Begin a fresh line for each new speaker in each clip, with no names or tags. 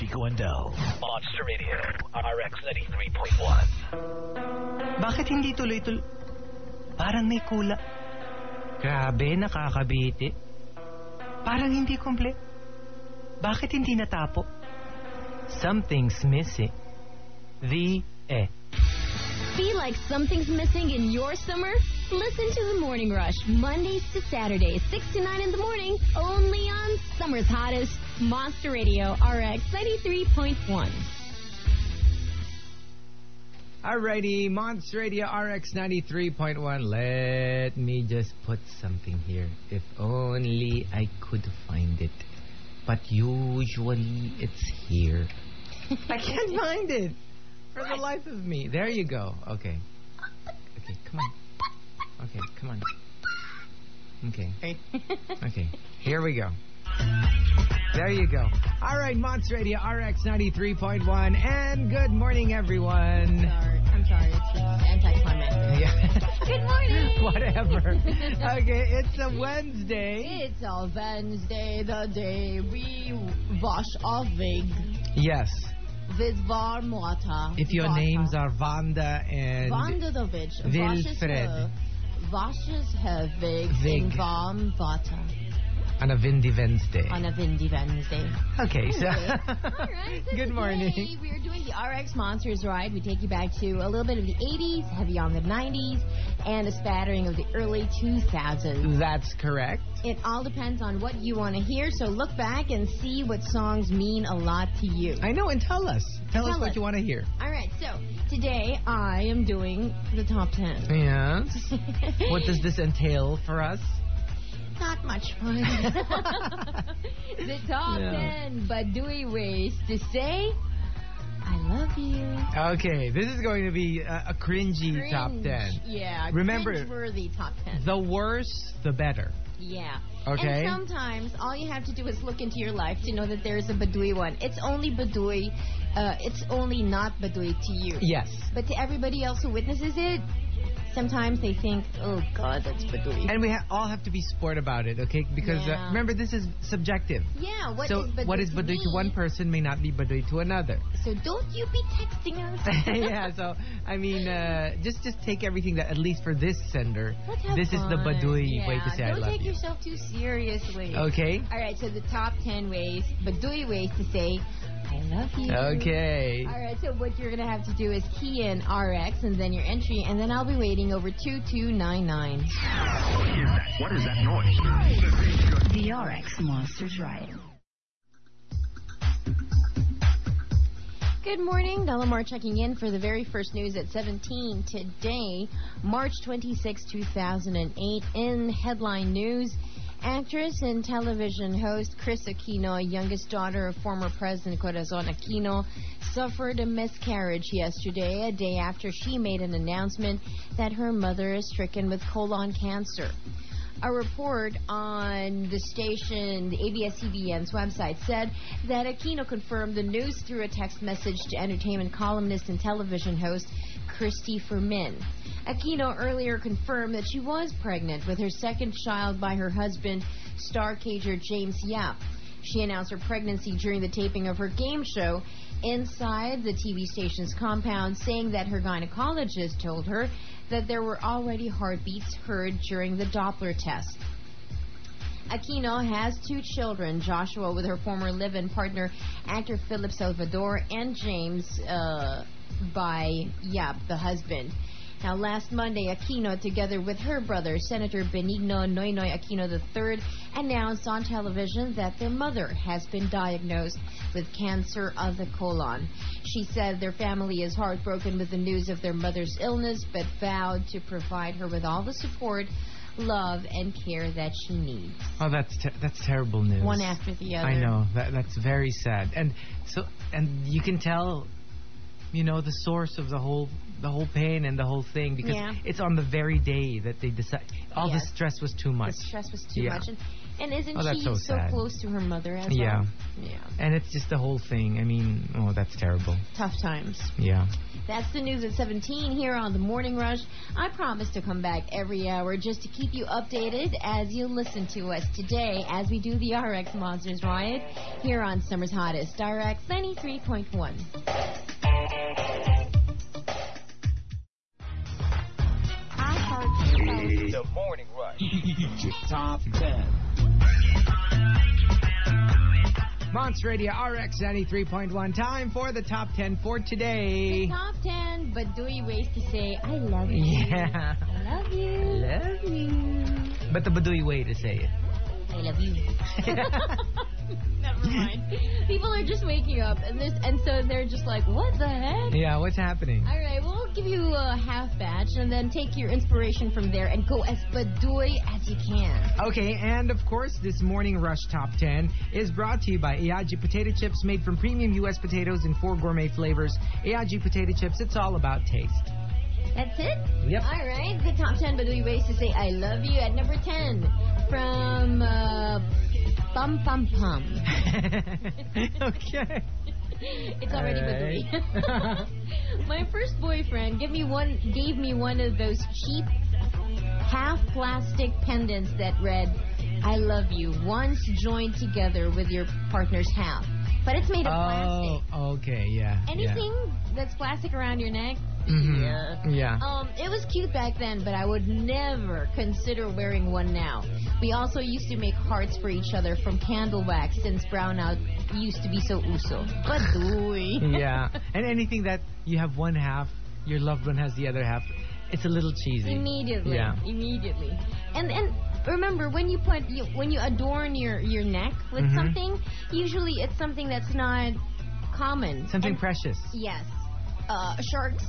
Rico and Del. Monster Radio, RX 93.1.
Bakit hindi tuloy-tuloy? Parang may kula. Grabe, nakakabiti. Parang hindi komple. Bakit hindi natapo? Something's missing. The eh.
Feel like something's missing in your summer? Listen to The Morning Rush, Mondays to Saturdays, 6 to 9 in the morning, only on Summer's Hottest, Monster Radio RX 93.1.
Alrighty, Monts Radio RX 93.1. Let me just put something here. If only I could find it. But usually it's here. I can't find it. For the life of me. There you go. Okay. Okay, come on. Okay, come on. Okay. Okay. Here we go. There you go. All right, Monts Radio RX 93.1. And good morning, everyone.
I'm sorry, it's just anticlimactic.
Yeah.
Good morning!
Whatever. Okay, it's a Wednesday.
It's a Wednesday, the day we wash our wig
Yes.
with warm water.
If your names are Vanda and
Wanda the witch washes
Wilfred.
her, washes her wig, in
Wig.
warm water
on a Windy Wednesday.
on a windy Wednesday.
Okay, so
Alright, so
good morning.
Today we are doing the RX Monsters ride. We take you back to a little bit of the 80s, heavy on the 90s, and a spattering of the early 2000s.
That's correct.
It all depends on what you want to hear, so look back and see what songs mean a lot to you.
I know, and tell us. Tell, us
Tell
what
us.
you want to hear.
All right, so today I am doing the top 10.
Yes. what does this entail for us?
Not much fun. the top
Yeah.
10 Badui ways to say I love you.
Okay, this is going to be a, a cringy top
Cringe.
10.
Yeah.
Remember-
worthy top ten.
The worse, the better.
Yeah.
Okay.
And sometimes all you have to do is look into your life to know that there is a Badui one. It's only Badui. Uh, it's only not Badui to you.
Yes.
But to everybody else who witnesses it, sometimes they think, oh God, that's Badui.
And we ha- all have to be sport about it, okay? Because uh,
Yeah.
remember, this is subjective.
yeah. What is
so
Baduy
what is
to,
baduy to
me?
one person may not be baduy to another.
So don't you be texting us.
yeah, so I mean, uh, just just take everything that at least for this sender,
Let's have
this is the
fun.
baduy
yeah,
way to say
don't
I love
take
you.
yourself too seriously.
Okay.
All right, so the top 10 ways, Baduy ways to say, I love you.
Okay.
All right, so what you're going to have to do is key in RX and then your entry, and then I'll be waiting over 2299.
What is that noise?
The RX Monsters Riot.
Good morning. Delamar checking in for the very first news at 17 today, March 26, 2008. In headline news, actress and television host Chris Aquino, youngest daughter of former President Corazon Aquino, suffered a miscarriage yesterday, a day after she made an announcement that her mother is stricken with colon cancer. A report on the station, the ABS-CBN's website, said that Aquino confirmed the news through a text message to entertainment columnist and television host Christy Fermin. Aquino earlier confirmed that she was pregnant with her second child by her husband, star cager James Yap. She announced her pregnancy during the taping of her game show inside the TV station's compound, saying that her gynecologist told her that there were already heartbeats heard during the Doppler test. Aquino has two children, Joshua with her former live-in partner, actor Philip Salvador, and James uh, by Yap, the husband. Now, last Monday, Aquino, together with her brother, Senator Benigno Noynoy Aquino III, announced on television that their mother has been diagnosed with cancer of the colon. She said their family is heartbroken with the news of their mother's illness, but vowed to provide her with all the support love and care that she needs.
Oh, that's te- that's terrible news.
One after the other.
I know that that's very sad, and so and you can tell, you know, the source of the whole the whole pain and the whole thing because
Yeah.
it's on the very day that they decide all
Yes.
the stress was too much.
The stress was too
Yeah.
much. And And isn't
Oh, that's
she
so
so,
sad.
close to her mother as
Yeah.
well? Yeah.
And it's just the whole thing. I mean, oh, that's terrible.
Tough times.
Yeah.
That's the news at 17 here on The Morning Rush. I promise to come back every hour just to keep you updated as you listen to us today as we do the RX Monsters Riot here on Summer's Hottest, RX 93.1.
The Morning Rush.
Monts Radio RX 93.1. Time for the top 10 for
The
today.
top 10, but do you ways to say, I love you.
Yeah.
I love you.
Love you. But the Baduy way to say it.
I love you. Never mind. People are just waking up, and this, and so they're just like, what the heck?
Yeah, what's happening?
All right, well, we'll give you a half batch, and then take your inspiration from there, and go as badoy as you can.
Okay, and of course, this morning Rush Top 10 is brought to you by Iaji potato chips made from premium U.S. potatoes in four gourmet flavors. Iaji potato chips, it's all about taste.
That's it.
Yep.
All right, the top ten badoy ways to say I love you at number ten from uh, Pum Pum Pum.
okay.
It's already
Alright.
badoy. My first boyfriend gave me one gave me one of those cheap half plastic pendants that read I love you once joined together with your partner's half. But it's made of
Oh,
plastic.
okay, yeah.
Anything that's plastic around your neck?
Yeah. Mhm. Yeah.
Um, it was cute back then, but I would never consider wearing one now. We also used to make hearts for each other from candle wax since brownout used to be so uso. But doy.
yeah. And anything that you have one half, your loved one has the other half, it's a little cheesy.
Immediately.
Yeah.
Immediately. And and remember when you put you, when you adorn your your neck with
Mhm.
something, usually it's something that's not common.
Something
And-
precious.
Yes. Uh, a shark's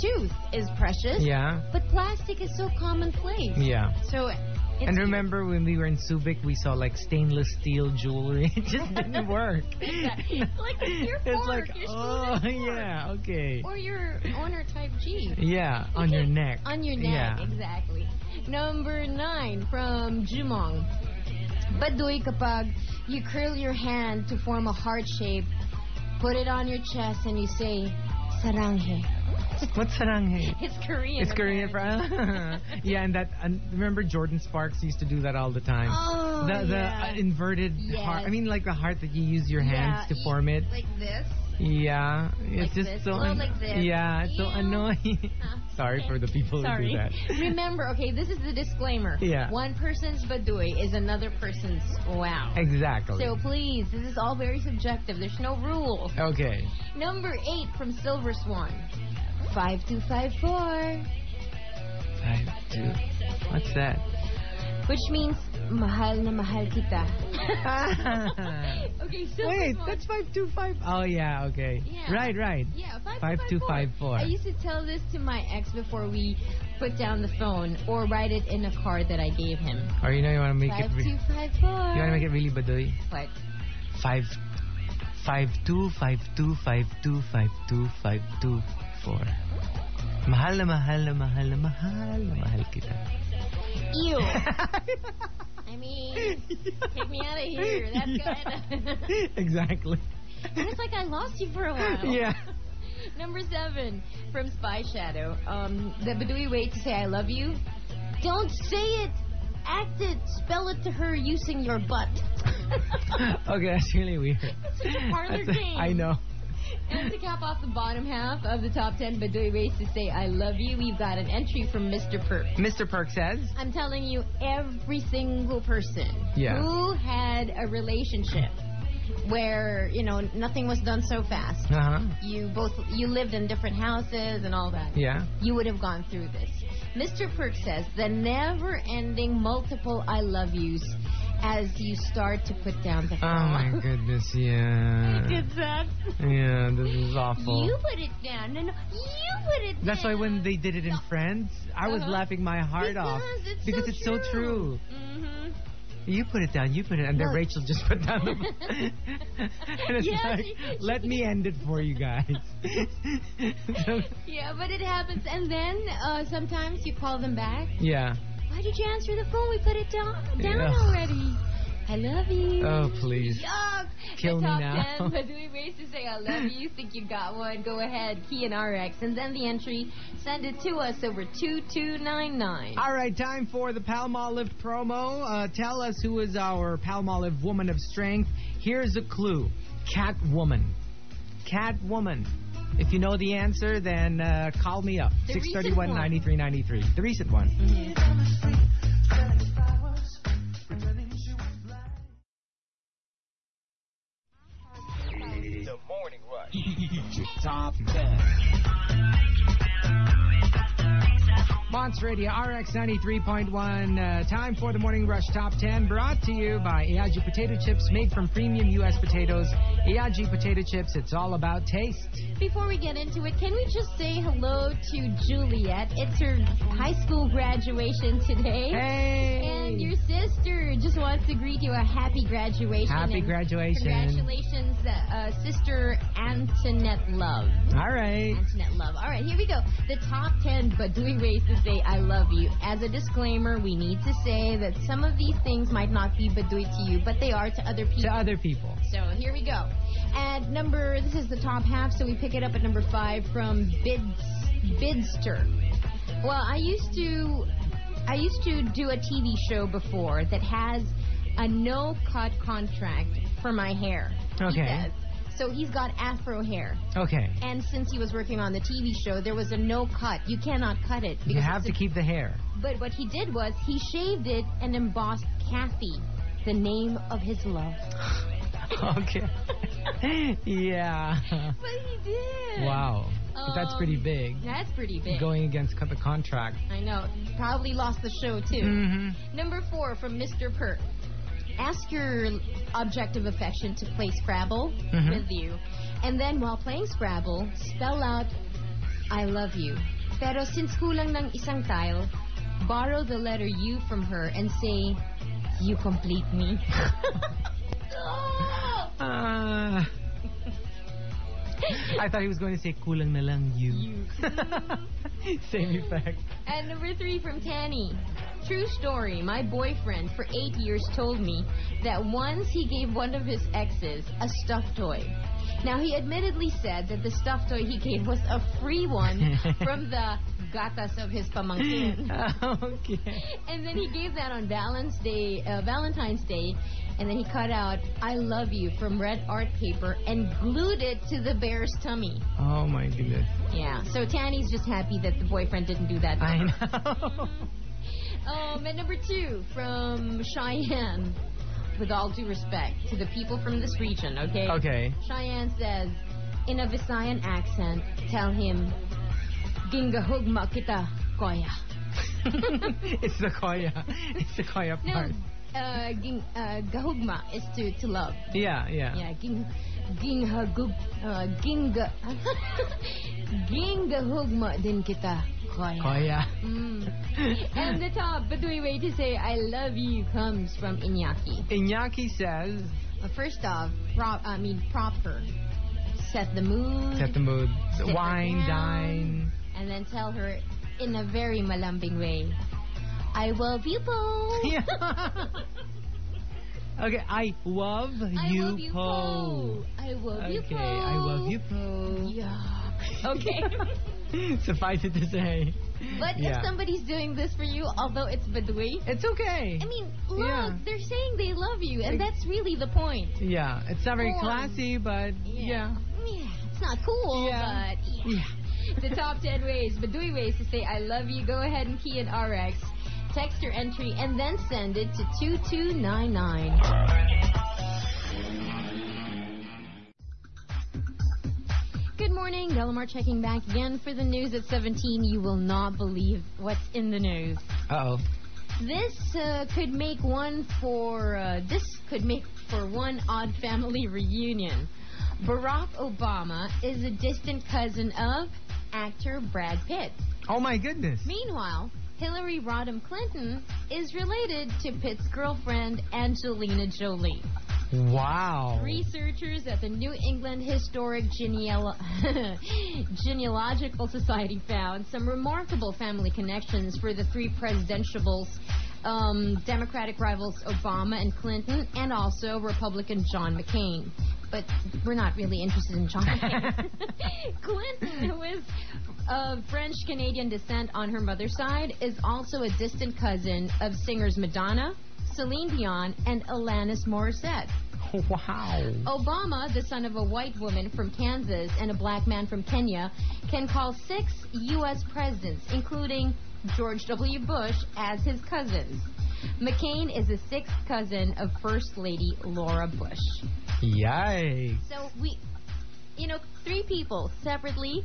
tooth is precious.
Yeah.
But plastic is so commonplace.
Yeah.
So it's
and
cute.
remember when we were in Subic, we saw like stainless steel jewelry. It just didn't work.
Like, your
it's
fork,
like,
your spoon
oh,
and fork.
yeah, okay.
Or your honor type G.
Yeah, on your neck.
On your neck,
Yeah.
exactly. Number nine from Jumong. Baduy kapag you curl your hand to form a heart shape, put it on your chest, and you say, Saranghe.
What's saranghae?
It's Korean.
It's Korean for yeah, and that and remember Jordan Sparks used to do that all the time.
Oh,
the the
yeah.
uh, inverted
Yes.
heart. I mean, like the heart that you use your hands to form it.
Like this.
Yeah, it's
Like
just
this?
so
Oh, like this.
yeah, it's so
Ew.
annoying. Sorry for the people
Sorry.
who do that.
Remember, okay, this is the disclaimer.
Yeah.
One person's baduy is another person's wow.
Exactly.
So please, this is all very subjective. There's no rule.
okay.
Number eight from Silver Swan. Five two five four,
Five, two. What's that?
which means mahal na mahal kita. okay, Silver
Wait,
Swan.
that's five two five. Oh yeah, okay.
Yeah.
Right, right.
Yeah, five,
Five two five four.
I used to tell this to my ex before we put down the phone or write it in a card that I gave him.
Or you know you want to make
Five
it. Re-
two
you
five four.
want to make it really badoy.
What?
Five, five two five two five two five two five two four. Mahal na mahal na mahal na mahal na mahal kita.
Ew. I mean, take me out of here. That's good.
exactly.
it's like I lost you for a while.
Yeah.
Number seven from Spy Shadow. Um, the Badui way to say I love you. Don't say it. Act it. Spell it to her using your butt.
Okay, that's really weird.
It's such a parlor
That's-
game.
I know.
and to cap off the bottom half of the top ten Badui ways to say I love you, we've got an entry from Mr. Perk.
Mr. Perk says.
I'm telling you, every single person
Yeah.
who had a relationship where you know nothing was done so fast.
Uh huh.
You both you lived in different houses and all that.
Yeah.
You would have gone through this. Mr. Perk says the never-ending multiple "I love yous" as you start to put down the
Oh my
phone.
goodness, yeah.
Did that?
Yeah, this is awful.
You put it down. No, no, you put it down.
That's why when they did it in
No.
Friends, I was
Uh-huh.
laughing my heart off
Because it's
because
so
it's so true.
true. Mhm.
You put it down, you put it, and then
No.
Rachel just put down the and it's
Yeah,
like,
she-
let
she-
me end it for you guys. So-
Yeah, but it happens. And then uh, sometimes you call them back.
yeah,
Why did you answer the phone? We put it down, down
Yeah.
already. I love you.
Oh, please.
Yuck.
Kill
the
me
top
now.
10 weatherly ways to say I love you. Think you got one? Go ahead. Key and RX. And then the entry. Send it to us over 2299.
All right, time for the Pall Mall Lift promo. Uh, tell us who is our Pall Mall Lift woman of strength. Here's a clue Catwoman. Catwoman. If you know the answer, then uh, call me up.
The recent
631 9393. The recent one.
The Morning Rush.
Top 10. Monts Radio RX 93.1. Uh, time for the Morning Rush Top 10, brought to you by Aji Potato Chips, made from premium U.S. potatoes. Aji Potato Chips, it's all about taste.
Before we get into it, can we just say hello to Juliet? It's her high school graduation today.
Hey!
And your sister just wants to greet you a happy graduation.
Happy
and
graduation.
Congratulations, uh, uh, sister Antoinette Love.
All right.
Antoinette Love. All right, here we go. The top 10 Badui ways to say I love you. As a disclaimer, we need to say that some of these things might not be Badui to you, but they are to other people.
To other people.
So here we go. At number, this is the top half, so we pick it up at number five from Bids, Bidster. Well, I used to, I used to do a TV show before that has a no-cut contract for my hair. he
Okay.
says. So he's got afro hair,
Okay.
and since he was working on the TV show, there was a no cut. You cannot cut it.
You
because
have
it's
to
a-
keep the hair.
But what he did was he shaved it and embossed Kathy, the name of his love.
Okay. yeah.
But he did.
Wow. That's
Um,
pretty big.
That's pretty big.
Going against the contract.
I know. Probably lost the show too.
Mm-hmm.
Number four from Mr. Perk. Ask your object of affection to play Scrabble
Mhm.
with you, and then while playing Scrabble, spell out "I love you." Pero since kulang ng isang tile, borrow the letter U from her and say, "You complete me." Oh!
Uh, I thought he was going to say kulang na lang you. Same effect.
And number three from Tanny. True story. My boyfriend for eight years told me that once he gave one of his exes a stuffed toy. Now he admittedly said that the stuffed toy he gave was a free one from the gatas of his pamangkin.
okay.
And then he gave that on Valentine's Day, uh, Valentine's Day, and then he cut out "I love you" from red art paper and glued it to the bear's tummy.
Oh my goodness.
Yeah. So Tanny's just happy that the boyfriend didn't do that. to
I
her.
know.
Um, at number two from Cheyenne, with all due respect to the people from this region, okay?
Okay.
Cheyenne says, in a Visayan accent, tell him, Gingahugma kita koya.
it's the koya. It's the koya
No,
part.
uh, ging, uh, gahugma is to, to love.
Yeah, yeah.
Yeah, ging, ginghagug, uh, ginga, gingahugma din kita koya.
Koya.
Mm. And the top, but the way to say I love you comes from Inyaki.
Iñaki says,
Well, first off, prop, I mean, prop her. Set the mood.
set the mood.
Sit her
Wine,
down.
dine.
And then tell her in a very malambing way, I love you both.
Yeah. Okay, I love
I
you,
love you
po.
both. I love you
Okay,
both.
I love you, po.
Yeah. Okay.
Suffice it to say.
but
Yeah.
if somebody's doing this for you, although it's Badui,
It's okay.
I mean, look,
Yeah.
they're saying they love you, and that's really the point.
yeah, it's not very
Form.
classy, but yeah.
Yeah, it's not cool,
Yeah.
but yeah. the top 10 ways, but three ways to say I love you. Go ahead and key in RX. Text your entry and then send it to 2299. Good morning. Delamar checking back again for the news at 17. You will not believe what's in the news.
Uh oh.
This uh, could make one for uh, this could make for one odd family reunion. Barack Obama is a distant cousin of actor Brad Pitt.
Oh my goodness.
Meanwhile, Hillary Rodham Clinton is related to Pitt's girlfriend Angelina Jolie.
Wow.
Researchers at the New England Historic Geneal- Genealogical Society found some remarkable family connections for the three presidentiables um, Democratic rivals Obama and Clinton, and also Republican John McCain. But we're not really interested in John McCain. Clinton, who is of French Canadian descent on her mother's side, is also a distant cousin of singers Madonna, Celine Dion, and Alanis Morissette.
Wow.
Oh. Obama, the son of a white woman from Kansas and a black man from Kenya, can call six U.S. presidents, including George W. Bush, as his cousins. McCain is the sixth cousin of First Lady Laura Bush.
Yikes.
So we, you know, three people separately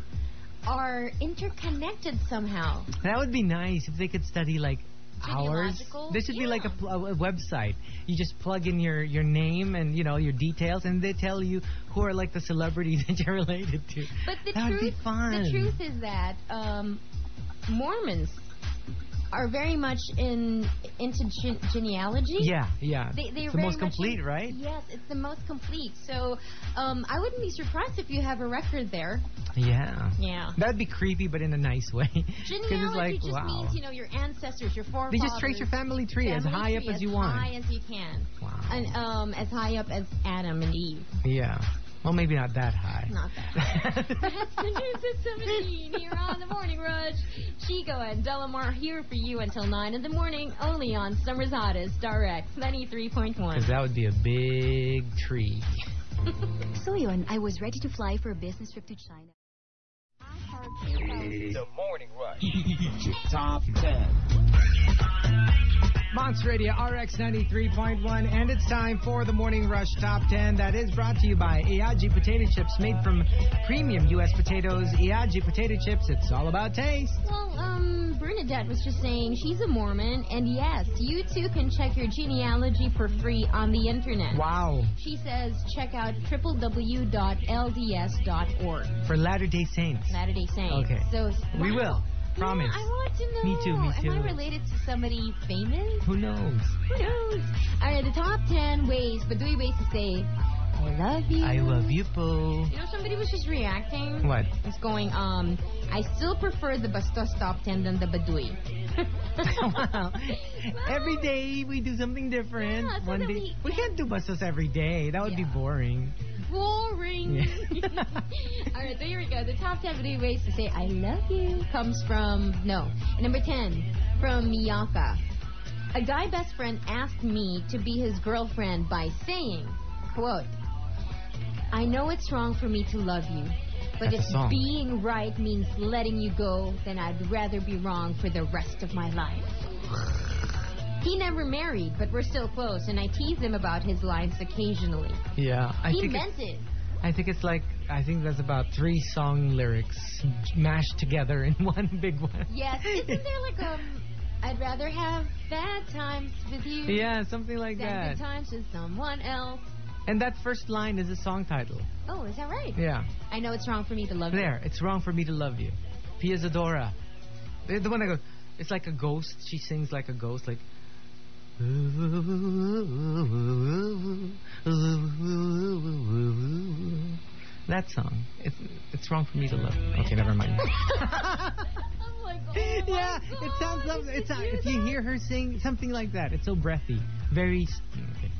are interconnected somehow.
That would be nice if they could study like hours.
Genealogical?
There should be like a,
Yeah.
pl- a a website. You just plug in your your name and you know your details, and they tell you who are like the celebrities that you're related to.
But the
that
truth,
would be fun.
the truth is that um, Mormons are very much in into gen- genealogy.
Yeah, yeah.
They, they
it's the
are very
most
much
complete,
in-
right?
Yes, it's the most complete. So um, I wouldn't be surprised if you have a record there.
Yeah.
Yeah.
That'd be creepy, but in a nice way. Because
Genealogy
it's like,
just
wow.
means you know your ancestors, your forefathers.
they just trace your family tree as
family
high
tree
up as you want.
high as you can,
Wow.
and um, as high up as Adam and Eve.
yeah. Well, maybe not that high.
Not that. That's the news at 17 here on the Morning Rush. Chico and Delamar here for you until 9 in the morning, only on Summer's Hottest Direct 93.1.
Because that would be a big tree.
Soyun, I was ready to fly for a business trip to China.
The Morning Rush.
Monts Radio RX 93.1, and it's time for the Morning Rush Top 10 that is brought to you by Iaji Potato Chips, made from premium U.S. potatoes. Iaji Potato Chips, it's all about taste.
Well, um, Bernadette was just saying she's a Mormon, and yes, you too can check your genealogy for free on the internet.
Wow.
She says check out www.lds.org.
For Latter day Saints.
Latter Day Saints.
Okay.
So
We
wow.
will.
Yeah,
Promise.
I want to know.
Me too, me
Am
too.
I related to somebody famous?
Who knows?
Who knows? All right, the top 10 ways, but three ways to say, I love you.
I love you, Pooh.
You know, somebody was just reacting.
What?
It's going, um, I still prefer the Bastos top 10 than the Baduy.
wow. Every day we do something different.
Yeah, so
One
that
day.
we-
can't do buses every day. That would be
Yeah.
boring.
Boring.
Yeah.
All right, so here we go. The top 10 three ways to say, I love you comes from, no, number 10, from Miyaka. A guy best friend asked me to be his girlfriend by saying, quote, I know it's wrong for me to love you, but
That's a
if
song.
being right means letting you go, then I'd rather be wrong for the rest of my life. He never married, but we're still close, and I tease him about his lines occasionally.
Yeah. I
he
think it's-
meant it.
I think it's like I think that's about three song lyrics mashed together in one big one.
Yes. Isn't there like a I'd rather have bad times with you
Yeah, something like
than
that.
good times with someone else.
And that first line is a song title.
Oh, is that right?
Yeah.
I know it's wrong for me to love
There, it's wrong for me to love you. Pia Zadora. The the one that goes it's like a ghost. She sings like a ghost, like that song. It's it's wrong for me to love. you. Okay, never mind.
you. I'm like, oh my
yeah,
God,
it sounds like
did
it's not,
you
if you
know?
hear her sing something like that, it's so breathy, very. s- Okay.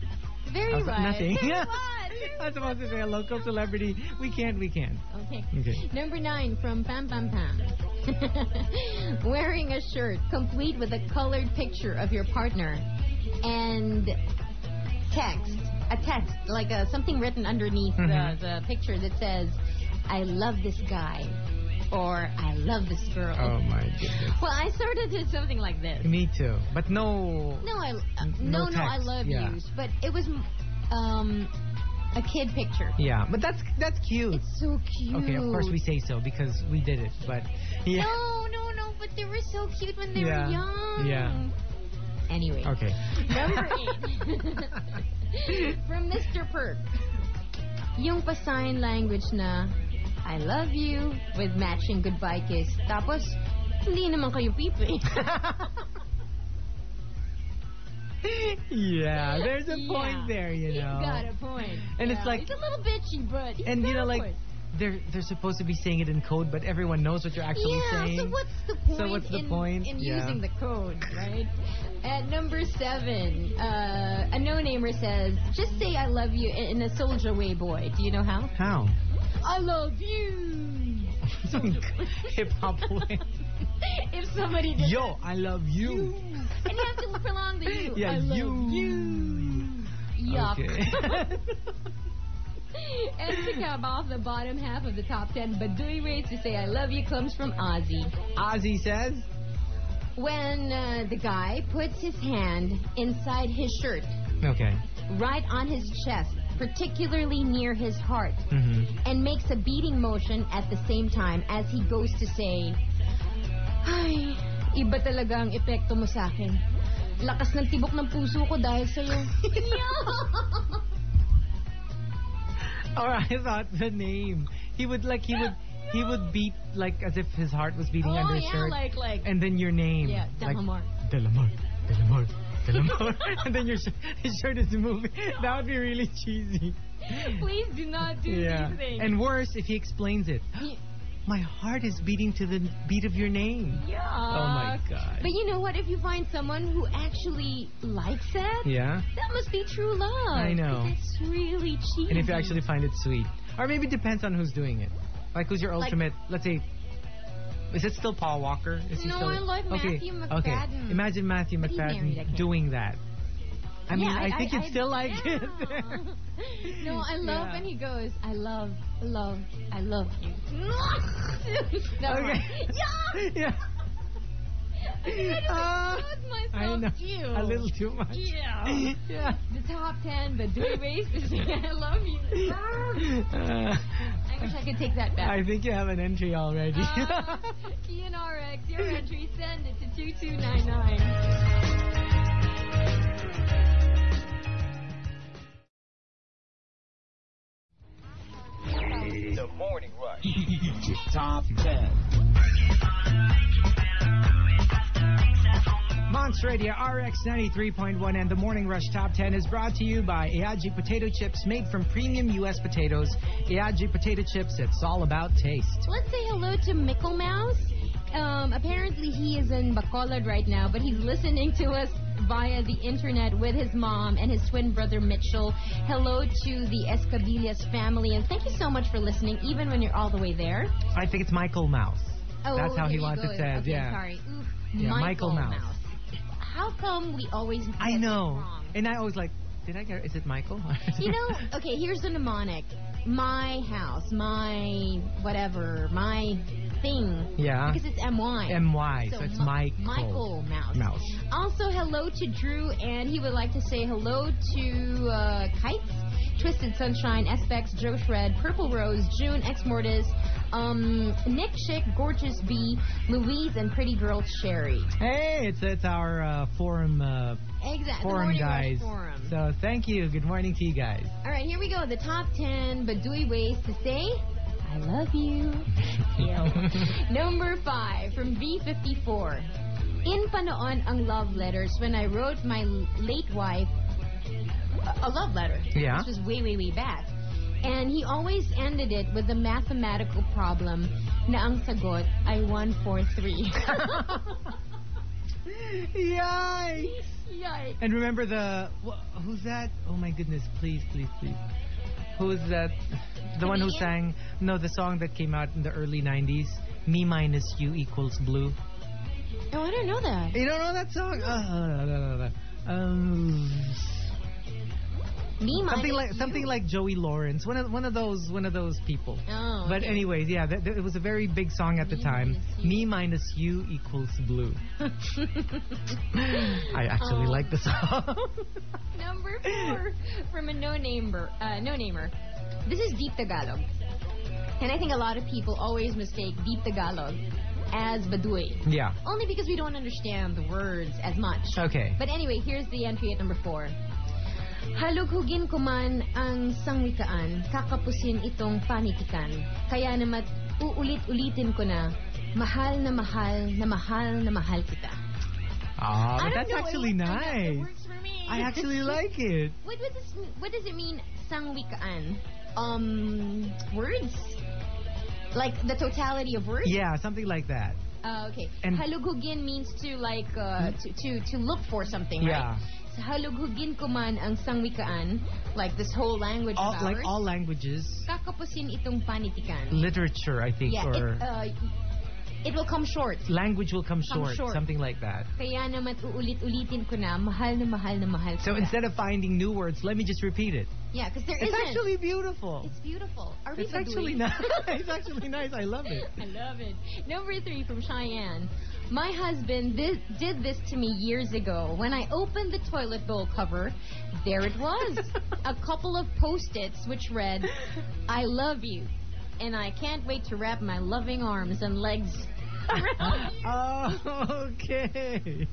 Very
I was-
right.
Nothing.
Very
Yeah.
right. Very
I'm supposed to say a local celebrity. We can't. We can't.
Okay.
Okay.
Number nine from Pam Pam Pam. Wearing a shirt complete with a colored picture of your partner and text, a text, like a, something written underneath
Mhm.
the, the picture that says, I love this guy or I love this girl.
Oh my goodness.
Well, I sort of did something like this.
Me too. But no.
No, I, uh,
No
no, no, I
text,
love
yeah.
yous, but it was um, a kid picture.
Yeah, but that's that's cute.
It's so cute.
Okay, of course we say so because we did it. But yeah.
No, no, no, but they were so cute when they
Yeah.
were young.
Yeah.
Anyway.
Okay.
Number eight. From Mr. Perk. Yung pa sign language na I love you with matching goodbye kiss. Tapos, hindi naman kayo pipi.
yeah, there's a
Yeah.
point there, you know.
He's got a point.
And it's
Yeah,
like-
He's a little bitchy, but he's
and
got
you know
a
like
point.
they're they're supposed to be saying it in code, but everyone knows what you're actually
yeah,
saying.
so what's the point
So what's the
in,
point?
in
Yeah.
using the code, right? At number seven, uh, a no-namer says, just say I love you in in a soldier way, boy. Do you know how?
How?
I love you.
Some hip hop way.
if somebody did
Yo, I love you.
that. And you have to prolong the you.
Yeah,
I love
you.
Yuck.
Okay.
and to come off the bottom half of the top ten Badui ways to say I love you comes from Ozzy.
Ozzy says,
When uh, the guy puts his hand inside his shirt,
okay.
right on his chest, particularly near his heart,
Mm-hmm.
and makes a beating motion at the same time as he goes to say, Ay, iba talaga ang epekto mo sa akin. Lakas ng tibok ng puso ko dahil sa'yo. Yo!
Or I thought the name. He would like he would he would beat like as if his heart was beating
oh,
under his
yeah,
shirt.
like, like,
and then your name.
yeah,
like,
Dalamar.
Delamar. Delamar. Delamar. and then your sh- his shirt is moving. That would be really cheesy.
Please do not do
yeah.
these things.
And worse if he explains it.
Y-
My heart is beating to the beat of your name.
Yuck.
Oh my god.
But you know what? If you find someone who actually likes that,
yeah.
that must be true love.
I know.
That's really cheap.
And if you actually find it sweet. Or maybe it depends on who's doing it. Like who's your
Like-
ultimate let's say is it still Paul Walker? Is
No,
still,
I like Matthew McFadden.
Okay. Imagine Matthew
But he's married, I
McFadden
can't.
doing that. I mean,
Yeah,
I, think
I,
you'd still like
yeah.
it.
no, I love
Yeah.
when he goes, I love, love, I love you. Never
Okay.
mind. Yuck!
yeah.
I
Ah,
couldn't
I
myself.
know.
Ew.
A little too much.
Yeah.
yeah.
The top ten, but three ways to say I love you. Ah.
Uh,
I wish I could take that back.
I think you have an entry already.
Uh, TNRX, your entry, send it to 2299.
The Morning Rush.
Monts Radio RX 93.1 and the Morning Rush Top 10 is brought to you by Eaji Potato Chips made from premium U.S. potatoes. Eaji Potato Chips, it's all about taste.
Let's say hello to Mickle Mouse. Um, apparently, he is in Bacolod right now, but he's listening to us via the internet with his mom and his twin brother Mitchell. Hello to the Escabillas family, and thank you so much for listening, even when you're all the way there.
I think it's Michael Mouse.
Oh,
That's how
there
he
you
wants
go.
it said,
Okay,
yeah.
Sorry. Oof,
Yeah,
Michael,
Michael
Mouse.
Mouse.
How come we always get
I
this
know.
wrong?
And I always like, did I get, is it Michael?
You know, okay, here's the mnemonic. My house, my whatever, my thing.
Yeah.
Because it's MY.
M.Y., so, it's
Mi-
Michael.
Michael Mouse.
Mouse.
Also, hello to Drew, and he would like to say hello to uh, Kites, Twisted Sunshine, SBX, Joe Shred, Purple Rose, June, Ex Mortis, um, Nick Chick, Gorgeous Bee, Louise, and Pretty Girl Sherry.
Hey, it's, it's our uh, forum, uh,
Exactly.
forum guys.
Forum.
So thank you. Good morning to you guys.
All right, here we go. The top 10 Badui ways to say, I love you. Ew. Number 5 from V54. In panoon ang love letters when I wrote my l- late wife a, a love letter.
Yeah.
This was way, way, way back. And he always ended it with the mathematical problem na ang sagot ay 143.
Yikes!
Yikes.
And remember the wh- who's that? Oh my goodness! Please, please, please. Who's that? The one who sang
Comedian?
no the song that came out in the early '90s. Me minus you equals blue.
Oh, I don't know that.
You don't know that song? Uh, um,
Me
something
minus
like
you.
something like Joey Lawrence. One of one of those one of those people.
Oh,
But
okay.
anyways, yeah, that, that- it was a very big song at the
Me
time.
minus you.
Me minus you equals blue. I actually
Um,
like the song.
Number four from a no-namer. Uh, no-namer. This is Deep Tagalog. And I think a lot of people always mistake Deep Tagalog as Baduy.
yeah.
Only because we don't understand the words as much.
Okay.
But anyway, here's the entry at number four. Halughugin ko man ang sangwikaan, kakapusin itong panitikan. Kaya namat uulit-ulitin ko na, mahal na mahal na mahal na mahal kita.
Ah,
I
but
don't
that's
know,
actually
it- I guess It
nice.
works for me.
I actually like it.
What, what, does, what does it mean, sangwikaan? Um, words? Like the totality of words?
Yeah, something like that.
Oh, okay.
And- Hmm?
halugugin means to like uh, to, to to look for something, right?
Yeah.
So halugugin ko man ang sangwikaan, like this whole language
All,
of
like
ours.
all languages,
kakapusin itong panitikan.
literature, I think,
Yeah,
or
it, uh, it will come short.
language will come
Come
short,
short.
something like that.
Kaya naman uulit-ulitin ko na mahal na mahal na mahal
So
ko
instead of finding new words, let me just repeat it.
Yeah, because there
It's
isn't.
actually beautiful.
It's beautiful. Are we
It's
ba
actually
doing-
nice. It's actually nice. I love it.
I love it. Number three from Cheyenne. My husband thi- did this to me years ago. When I opened the toilet bowl cover, there it was. a couple of post-its which read, I love you, and I can't wait to wrap my loving arms and legs around you.
Oh, okay.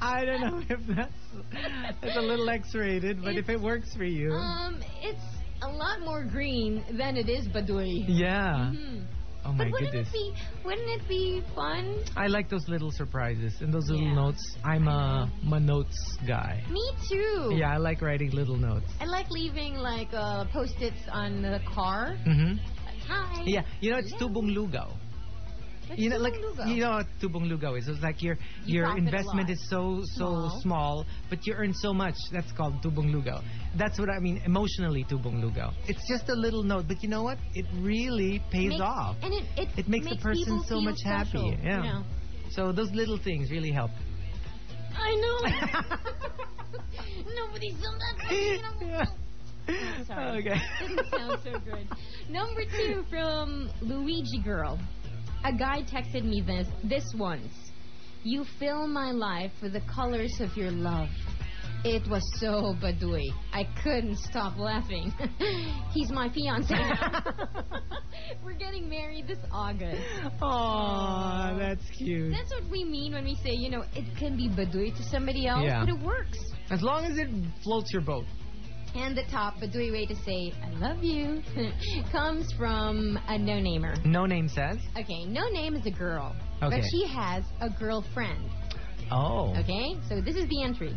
I don't know if that's it's a little X-rated, but if it works for you,
Um, it's a lot more green than it is Baduy.
yeah.
Hmm.
Oh my
But wouldn't
goodness.
it be wouldn't it be fun?
I like those little surprises and those little
Yeah.
notes. I'm a, I'm a notes guy.
Me too.
Yeah, I like writing little notes.
I like leaving like uh, post-its on the car.
hmm
Like, Hi.
Yeah, you know it's
Hello.
tubong lugaw.
What's
You know,
tubong
like
lugaw?
you know what tubong lugaw is. It's like your
You
your
profit a
investment
lot.
is so so
Small.
small, but you earn so much. That's called tubong lugaw. That's what I mean emotionally tubong lugaw. It's just a little note, but you know what? It really pays
Makes-
off.
And it, it,
It makes the person
people
so
feel
much happy,
special, you
yeah.
know.
So those little things really help.
I know. Nobody's done that. for me, and I'm
Yeah.
sorry.
Oh, Okay.
Didn't sound so good. Number two from Luigi Girl. A guy texted me this this once. You fill my life with the colors of your love. It was so badui. I couldn't stop laughing. He's my fiance now. We're getting married this August.
Aw, that's cute.
That's what we mean when we say, you know, it can be badui to somebody else,
Yeah.
but it works.
As long as it floats your boat.
And the top Badui way to say I love you comes from a no namer.
No name says.
Okay, no name is a girl,
Okay.
but she has a girlfriend.
Oh.
Okay, so this is the entry.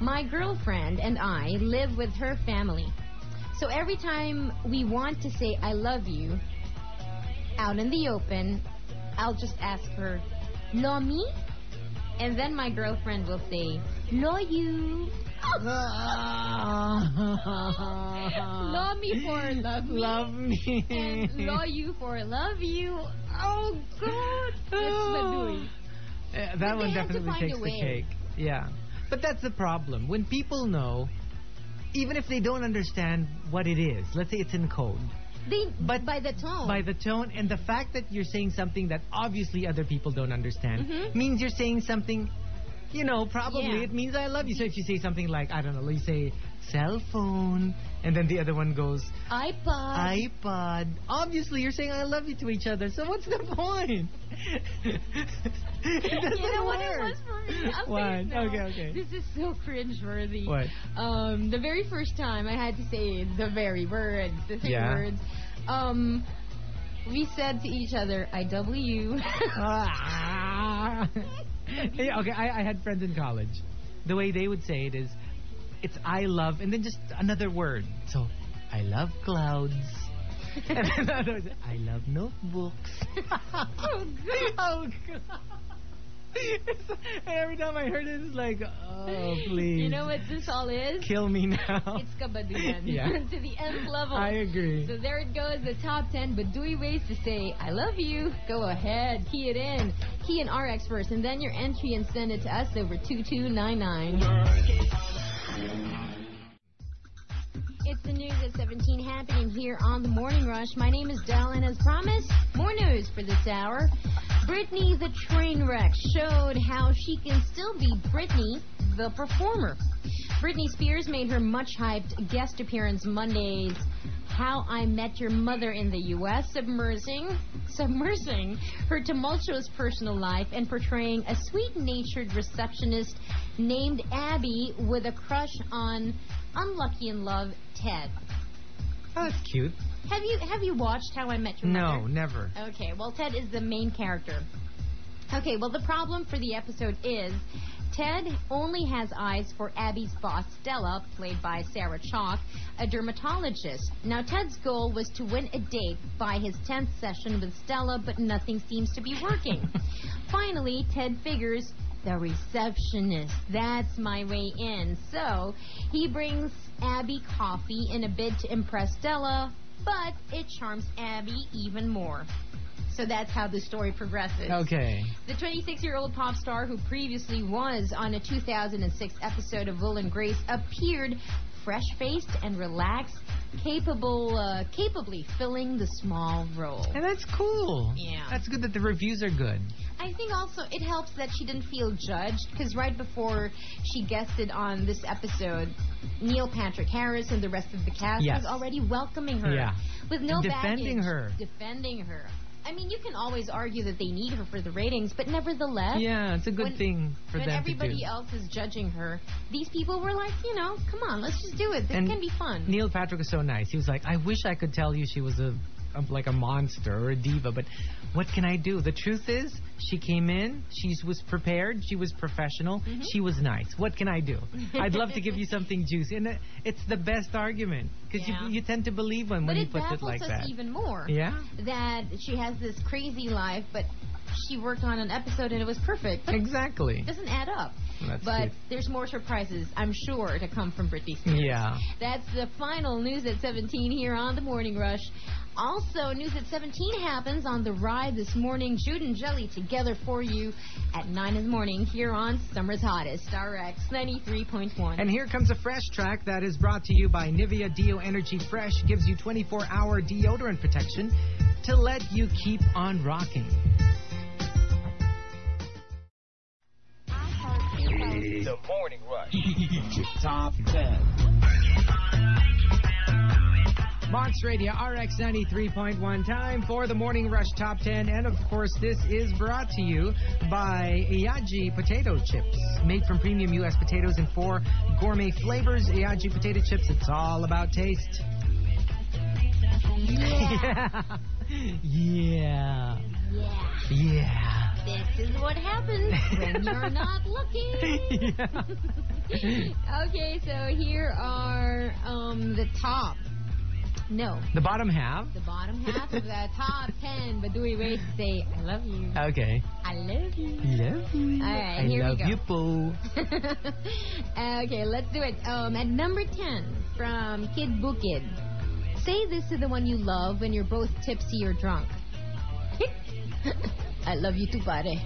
My girlfriend and I live with her family. So every time we want to say I love you out in the open, I'll just ask her, "Lo me?" And then my girlfriend will say, "Lo you."
Uh-huh.
Love me for love me.
Love me.
and law you for love you. Oh God, that's
Oh.
Baduy.
Yeah, that
But
one
they have to
definitely
find
takes
a
the
way.
cake. Yeah. But that's the problem. When people know, even if they don't understand what it is, let's say it's in code,
They
But-
by the tone.
by the tone and the fact that you're saying something that obviously other people don't understand
Mhm.
means you're saying something, you know, probably
Yeah.
it means I love you. So if you say something like, I don't know, you say cell phone, and then the other one goes,
iPod.
iPod. Obviously, you're saying I love you to each other, so what's the point? it doesn't
you know what it
work.
was for me? I'm
What?
serious now.
Okay, okay.
This is so cringe-worthy.
What?
Um, the very first time I had to say the very words, the three
Yeah.
words. Um, we said to each other, "I W."
Oh, Ah. yeah, okay, I, I had friends in college. The way they would say it is, it's I love, and then just another word. So, I love clouds. And then the other was, I love notebooks.
Oh,
Oh, God. It's- every time I heard it, it's like, oh, please.
You know what this all is?
Kill me now.
It's kabaduyan.
Yeah.
to the nth level.
I agree.
So there it goes, the top 10 Badui ways to say, I love you. Go ahead, key it in. Key in RX first, and then your entry and send it to us over 2299. It's the news at 17 happening here on The Morning Rush. My name is Del, and as promised, more news for this hour. Britney the train wreck showed how she can still be Britney the performer. Britney Spears made her much hyped guest appearance Monday's How I Met Your Mother in the U.S., submersing, submersing her tumultuous personal life and portraying a sweet natured receptionist named Abby with a crush on Unlucky in Love Ted.
Oh, that's cute.
Have you have you watched How I Met Your
No,
Mother?
never.
Okay, well Ted is the main character. Okay, well, the problem for the episode is Ted only has eyes for Abby's boss, Stella, played by Sarah Chalk, a dermatologist. Now, Ted's goal was to win a date by his 10th session with Stella, but nothing seems to be working. Finally, Ted figures the receptionist. That's my way in. So he brings Abby coffee in a bid to impress Stella, but it charms Abby even more. So that's how the story progresses.
Okay.
The 26 year old pop star who previously was on a 2006 episode of Will and Grace appeared fresh faced and relaxed, capable, uh, capably filling the small role.
And that's cool.
Yeah.
That's good that the reviews are good.
I think also it helps that she didn't feel judged because right before she guested on this episode, Neil Patrick Harris and the rest of the cast
Yes.
was already welcoming her
Yeah.
with no
Defending
baggage,
her.
defending her. I mean, you can always argue that they need her for the ratings, but nevertheless,
Yeah, it's a good
When-
thing for
when
them
everybody
to do.
else is judging her, these people were like, you know, come on, let's just do it. This
And
can be fun.
Neil Patrick was so nice. He was like, I wish I could tell you she was a, a like a monster or a diva, but what can I do? The truth is, she came in, she was prepared, she was professional,
Mm-hmm.
she was nice. What can I do? I'd love to give you something juicy, and it- it's the best argument because
Yeah.
you you tend to believe one
but
when he
it
puts
baffles
it like
us
that.
even more.
yeah.
that she has this crazy life, but she worked on an episode and it was perfect. But it
Exactly.
doesn't add up.
That's
but
cute.
there's more surprises, I'm sure, to come from Britney Spears.
Yeah.
That's the final news at 17 here on The Morning Rush. Also, news at 17 happens on the ride this morning. Jude and Jelly together for you at 9 in the morning here on Summer's Hottest, RX 93.1.
And here comes a fresh track that is brought to you by Nivea Deo Energy Fresh. Gives you 24 hour deodorant protection to let you keep on rocking.
The Morning Rush.
Monts Radio RX 93.1 time for the Morning Rush Top 10. And of course, this is brought to you by Iaji Potato Chips. Made from premium U.S. potatoes in four gourmet flavors. Iaji Potato Chips, it's all about taste. Yeah. Yeah.
yeah,
Yeah.
this is what happens when you're not looking.
yeah.
okay, so here are um, the top. No,
The bottom half.
the bottom half of the top ten. But do we wait to say I love you?
Okay.
I love you.
Love you.
All right,
I
here we
love
go.
you, boo.
Uh, okay, let's do it. Um, at number ten from Kid Bukid. Say this to the one you love when you're both tipsy or drunk. I love you too, buddy.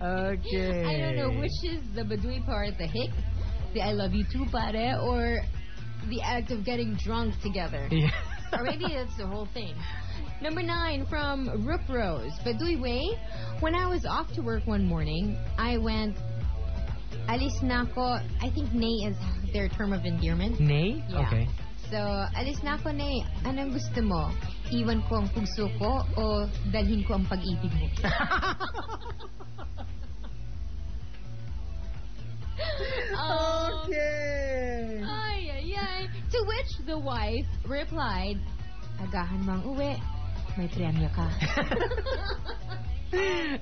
okay.
I don't know which is the Badui part, the hick, the I love you too pare, or the act of getting drunk together.
Yeah.
or maybe that's the whole thing. Number nine from Rook Rose. Badui Way. When I was off to work one morning, I went, Alis na ako, I think nay is their term of endearment.
Nay?
Yeah.
Okay.
So, alis na ako na eh. Anong gusto mo? Iwan ko ang puso ko o dalhin ko ang pag-ibig mo?
Oh,
Um,
Okay.
Ay, ay, ay. To which the wife replied, Agahan mang uwi, may premyo ka.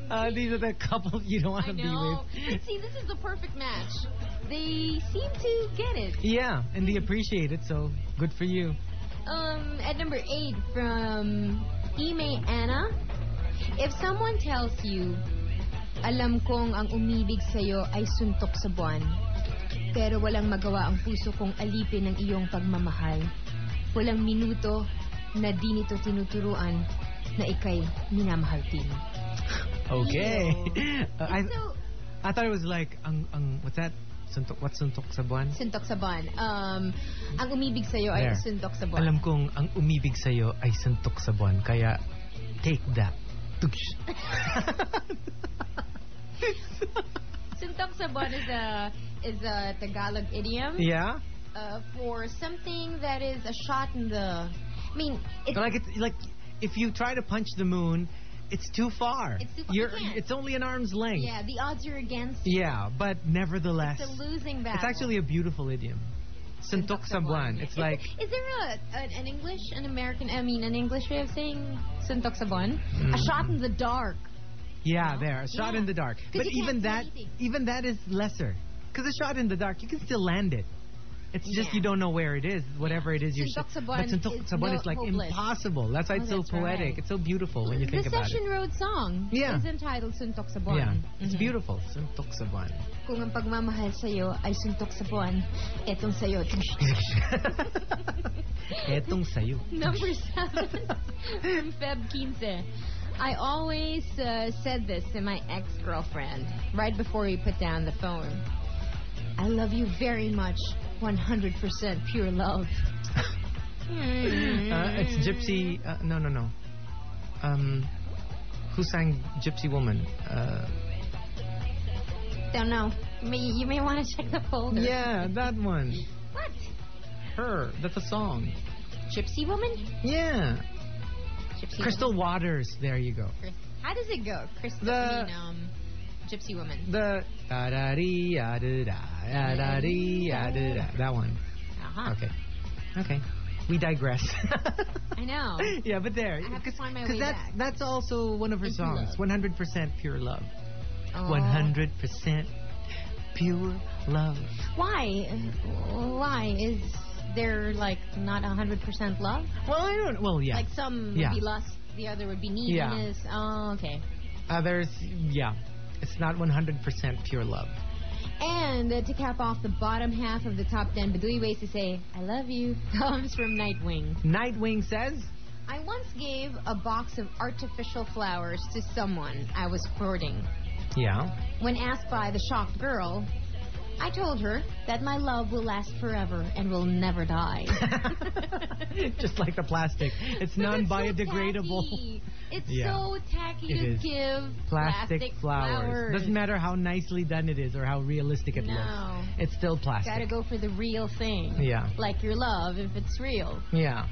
Uh, these are the couple you don't want to
I
be
know.
with.
But see, this is the perfect match. They seem to get it.
Yeah, and they appreciate it, so good for you.
Um, at number eight from Ime Anna. If someone tells you, alam kong ang umibig sa'yo ay suntok sa buwan, pero walang magawa ang puso kong alipin ng iyong pagmamahal. Walang minuto na di nito tinuturuan na ikay minamahal din.
Okay. Uh, I,
so,
I thought it was like, ang, ang, what's that? Suntok, what's suntok sa buwan?
suntok sa buwan. Um, ang umibig sa'yo ay
There.
suntok sa buwan.
Alam kong ang umibig sa'yo ay suntok sa buwan, kaya take that. Tugsh.
Suntok sa buwan is a, is a Tagalog idiom.
yeah?
uh, for something that is a shot in the. I mean, it's,
Like, it's, like, if you try to punch the moon, it's too far.
It's too far.
You're,
You can't.
it's only an arm's length.
yeah, the odds are against you.
Yeah, but nevertheless,
It's a losing battle.
it's actually a beautiful idiom. Suntok sa buwan. It's like,
Is there a, an, an English, an American, I mean, an English way of saying suntok sa buwan? A
Mm.
shot in the dark.
yeah, there, a shot
Yeah.
in the dark.
'Cause
But
you can't
even
see
that,
anything.
even that is lesser. Because a shot in the dark, you can still land it. It's just you
Yeah.
don't know where it is, whatever it is you
Suntok
shoot.
sa buwan
but suntok
is
sa buwan
no-
is like
hopeless.
impossible. That's why
Oh,
it's so
that's
poetic.
right.
It's so beautiful when you think
the
about
Session
it.
Road song
Yeah.
is entitled Suntok sa Buwan.
Yeah, it's
Mhm.
beautiful. Suntok sa buwan.
Kung ang pagmamahal sa'yo ay suntok sa buwan, etong sa'yo.
Etong sayo.
Number seven from Feb 15. I always uh, said this to my ex-girlfriend right before we put down the phone. I love you very much, 100% pure love. Mm-hmm.
Uh, it's Gypsy. Uh, no, no, no. Um, who sang Gypsy Woman? Uh,
Don't know. You may, you may want to check the folder.
yeah, that one.
What?
Her. That's a song.
Gypsy woman?
Yeah.
Gypsy
Crystal Waters. There you go.
Woman. How does it go? Crystal.
The-
I mean, um, gypsy woman.
The da da dee da da da da dee da da. That one.
Uh-huh.
Okay. Okay. We digress.
I know.
yeah, but there.
I have to find my way
Because that's
back.
that's also one of her
It's
songs.
love.
One hundred percent pure love.
Oh.
One hundred percent pure love.
Why? Why is there like not hundred percent love?
Well, I don't. Well, yeah.
Like some
Yeah.
would be lust, the other would be neediness. Oh, okay.
Others, yeah. It's not one hundred percent pure love.
And uh, to cap off the bottom half of the top ten Badui ways to say "I love you" comes from Nightwing.
Nightwing says,
I once gave a box of artificial flowers to someone I was courting.
yeah.
When asked by the shocked girl, I told her that my love will last forever and will never die.
Just like the plastic, it's
But that's so
non-biodegradable.
tacky. It's
Yeah.
so tacky
It
to
is.
give
plastic, flowers.
flowers.
Doesn't matter how nicely done it is or how realistic it
No.
looks. It's still plastic.
Gotta go for the real thing.
Yeah.
Like your love, if it's real.
Yeah.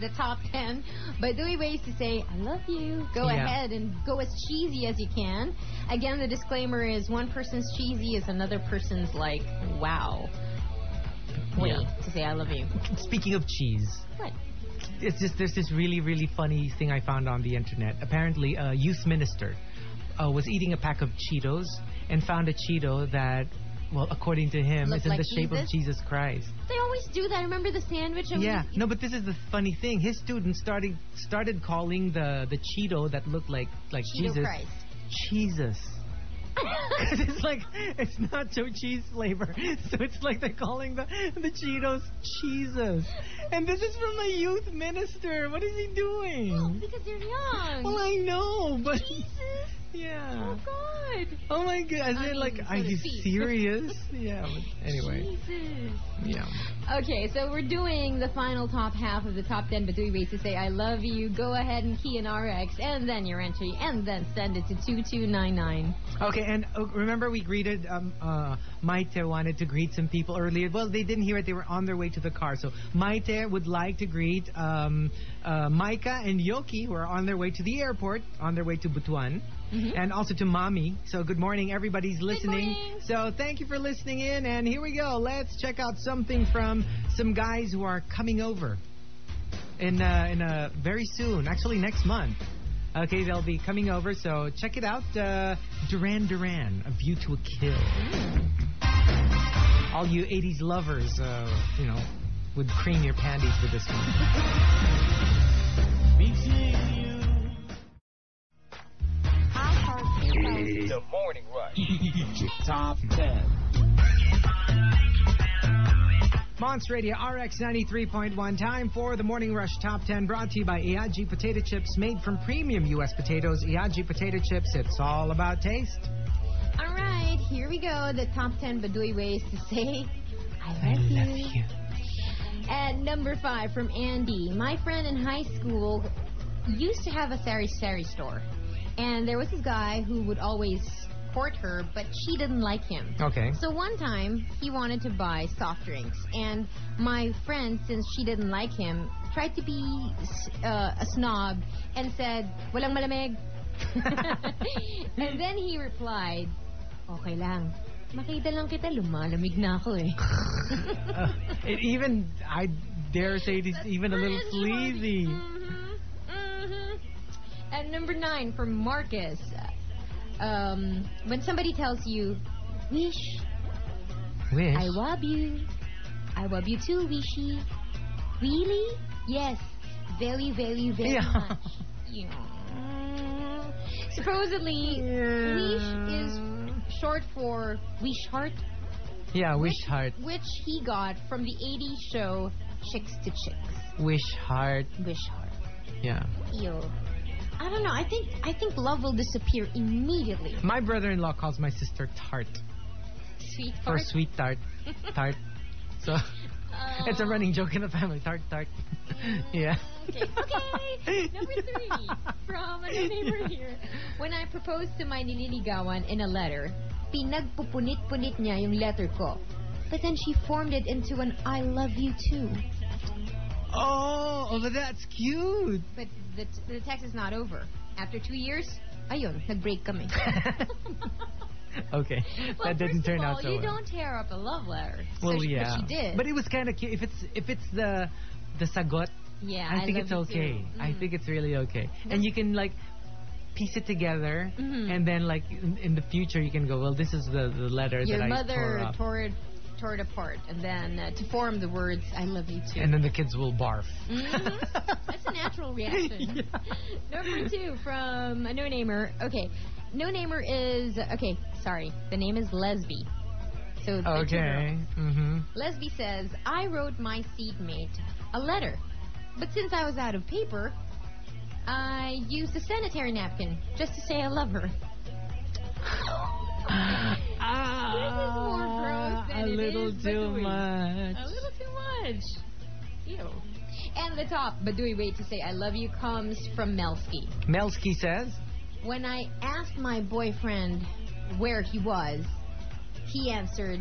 The top 10 Badui ways to say, I love you. Go
Yeah.
ahead and go as cheesy as you can. Again, the disclaimer is one person's cheesy is another person's like, wow. Way
Yeah.
to say, I love you.
Speaking of cheese,
What?
it's just there's this really really funny thing I found on the internet. Apparently, a youth minister uh, was eating a pack of Cheetos and found a Cheeto that, well, according to him,
Looked
is in
like
the shape of
Jesus?
Jesus Christ.
They always do that. Remember the sandwich? I
Yeah,
always-
no, but this is the funny thing. His students started started calling the the Cheeto that looked like like
Cheeto
Jesus
Christ.
Jesus. 'Cause it's like it's not nacho cheese flavor, so it's like they're calling the the Cheetos Jesus. And this is from a youth minister. What is he
Oh,
doing?
because they're young.
Well, I know, but
Oh, Jesus.
yeah.
Oh, God.
Oh my God! I
I
mean,
mean,
like,
so
are
does
you
he.
serious? yeah. But anyway,
Jesus.
yeah.
Okay, so we're doing the final top half of the top 10 Badui ways to say I love you. Go ahead and key in RX and then your entry and then send it to 2299.
Okay, and uh, remember we greeted um, uh, Maite wanted to greet some people earlier. Well, they didn't hear it; they were on their way to the car. So Maite would like to greet um, uh, Micah and Yoki, who are on their way to the airport, on their way to Butuan, and also to Mommy. So good morning, everybody's listening.
morning.
So thank you for listening in, and here we go. Let's check out something from some guys who are coming over in uh, in uh, very soon, actually next month. Okay, they'll be coming over, so check it out. Uh, Duran Duran, A View to a Kill. Mm. All you 80s lovers, uh, you know, would cream your panties with this one.
The Morning Rush.
Monts Radio RX 93.1. Time for the Morning Rush Top 10 brought to you by Iaji Potato Chips made from premium U.S. potatoes. Iaji Potato Chips, it's all about taste.
All right, here we go. The top 10 Badui ways to say I love,
I love you.
At number five from Andy, my friend in high school used to have a sari sari store, and there was this guy who would always court her, but she didn't like him.
Okay.
So one time he wanted to buy soft drinks, and my friend, since she didn't like him, tried to be s- uh, a snob and said, "Walang malamig." and then he replied, "Okay lang, Nakita lang kita, lumalamig na ako eh.
Uh, it even, I dare say, it is even a little sleazy.
Mhm, mhm. At number nine for Marcus, um, when somebody tells you, "Wish,
Wish.
I love you, I love you too, Wishy," really? Yes, very, very, very
Yeah.
much. Yeah. Supposedly, Wish is short for Wish Heart,
Yeah, wish
which-
heart.
which he got from the '80s show Chicks to Chicks.
Wish heart.
Wish Heart.
Yeah.
Ew. I don't know. I think I think love will disappear immediately.
My brother-in-law calls my sister tart
Sweet
or
fart.
sweet tart. Tart. So
Uh,
it's a running joke in the family. Tart, tart. yeah.
Okay. okay. Number three from a neighbor
Yeah.
here. When I proposed to my nililigawan in a letter, pinagpupunit-punit niya yung letter ko. But then she formed it into an I love you too.
Oh, oh, but that's cute.
But the, the text is not over. After two years, ayun, nag-break kami.
okay,
Well,
that didn't
first
turn
of all,
out so
you
well.
don't tear up a love letter. So
well,
she-
yeah,
But she did.
But it was kind of cute. If it's if it's the the sagot,
yeah,
I think
love
it's
you
okay.
too.
I
Mm.
think it's really okay, and you can like piece it together,
Mhm.
and then like in, in the future you can go, well, this is the, the letter
Your
that I tore
mother
up,
tore it, tore it apart, and then uh, to form the words "I love you too."
and then the kids will barf.
Mhm. That's a natural reaction. Number two from a no namer. Okay, no namer is okay. Sorry, the name is Lesby. So the two
Okay.
girls.
Mm-hmm.
Lesby says, "I wrote my seatmate a letter, but since I was out of paper, I used a sanitary napkin just to say I love her."
Ah,
This is more gross
Ah,
than
a
it
little
is
too
Badui.
much.
A little too much. Ew. And the top Badui way to say I love you comes from Melski.
Melski says,
When I asked my boyfriend where he was, he answered,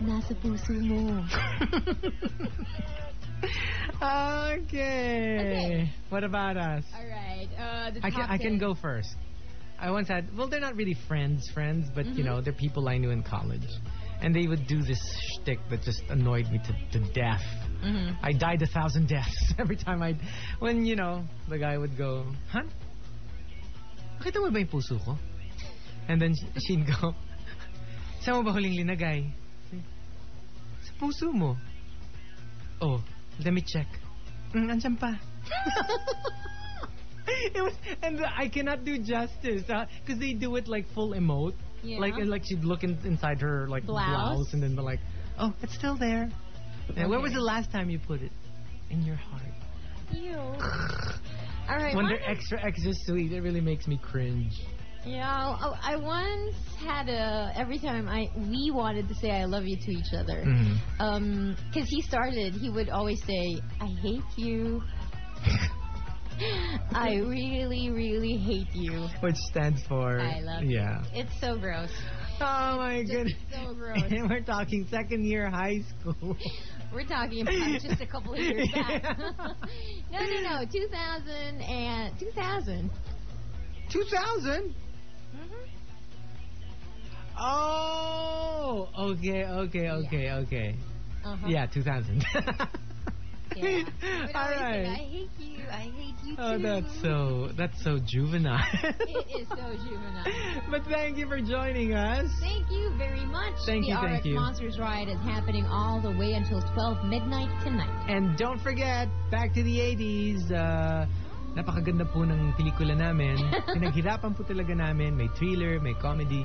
Nasa puso mo.
okay.
Okay.
What about us?
All right. Uh, the
I can,
top
I can
ten.
go first. I once had, well, they're not really friends, friends, but you know, they're people I knew in college. And they would do this shtick that just annoyed me to, to death.
Mm-hmm.
I died a thousand deaths every time I, when, you know, the guy would go, huh? Nakita mo ba yung puso ko? And then sh- she'd go, saan mo ba huling linagay? Sa puso mo. Oh, let me check. Mm, andyan pa. it was, and I cannot do justice because they do it like full emote.
Yeah.
Like and, like she'd look in, inside her like
Blouse.
blouse and then be like, oh, it's still there. And where was
Okay.
the last time you put it? In your heart.
Ew. All right.
when
why
they're
not-
extra extra sweet, it really makes me cringe.
Yeah, oh, I once had a. Every time I we wanted to say I love you to each other,
Mhm.
Um 'cause because he started, he would always say, "I hate you." I really, really hate you.
Which stands for
I love you.
yeah.
It's so gross.
Oh my
Just
goodness.
so gross.
And we're talking second year high school.
We're talking about just a couple of years back. no, no, no. 2000 and 2000.
2000?
Mm-hmm.
Oh, okay, okay, okay, okay.
Uh-huh.
Yeah, 2000.
Yeah.
All
But I always say, I
right.
hate you. I hate you too.
Oh, that's so that's so juvenile.
It is so juvenile.
but thank you for joining us.
Thank you very much.
Thank
the
you,
RX
thank you.
Monsters Ride is happening all the way until 12 midnight tonight.
And don't forget, back to the 80s. Uh, napakaganda po ng pelikula namin. Pinaghirapan po talaga namin. May thriller, may comedy.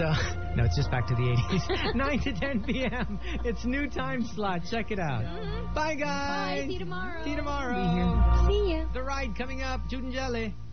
So, no, it's just back to the 80s. 9 to 10 p.m. It's new time slot. Check it out. Bye, guys.
Bye. See you tomorrow.
See you tomorrow.
See ya.
The ride coming up. Jude and Jelly.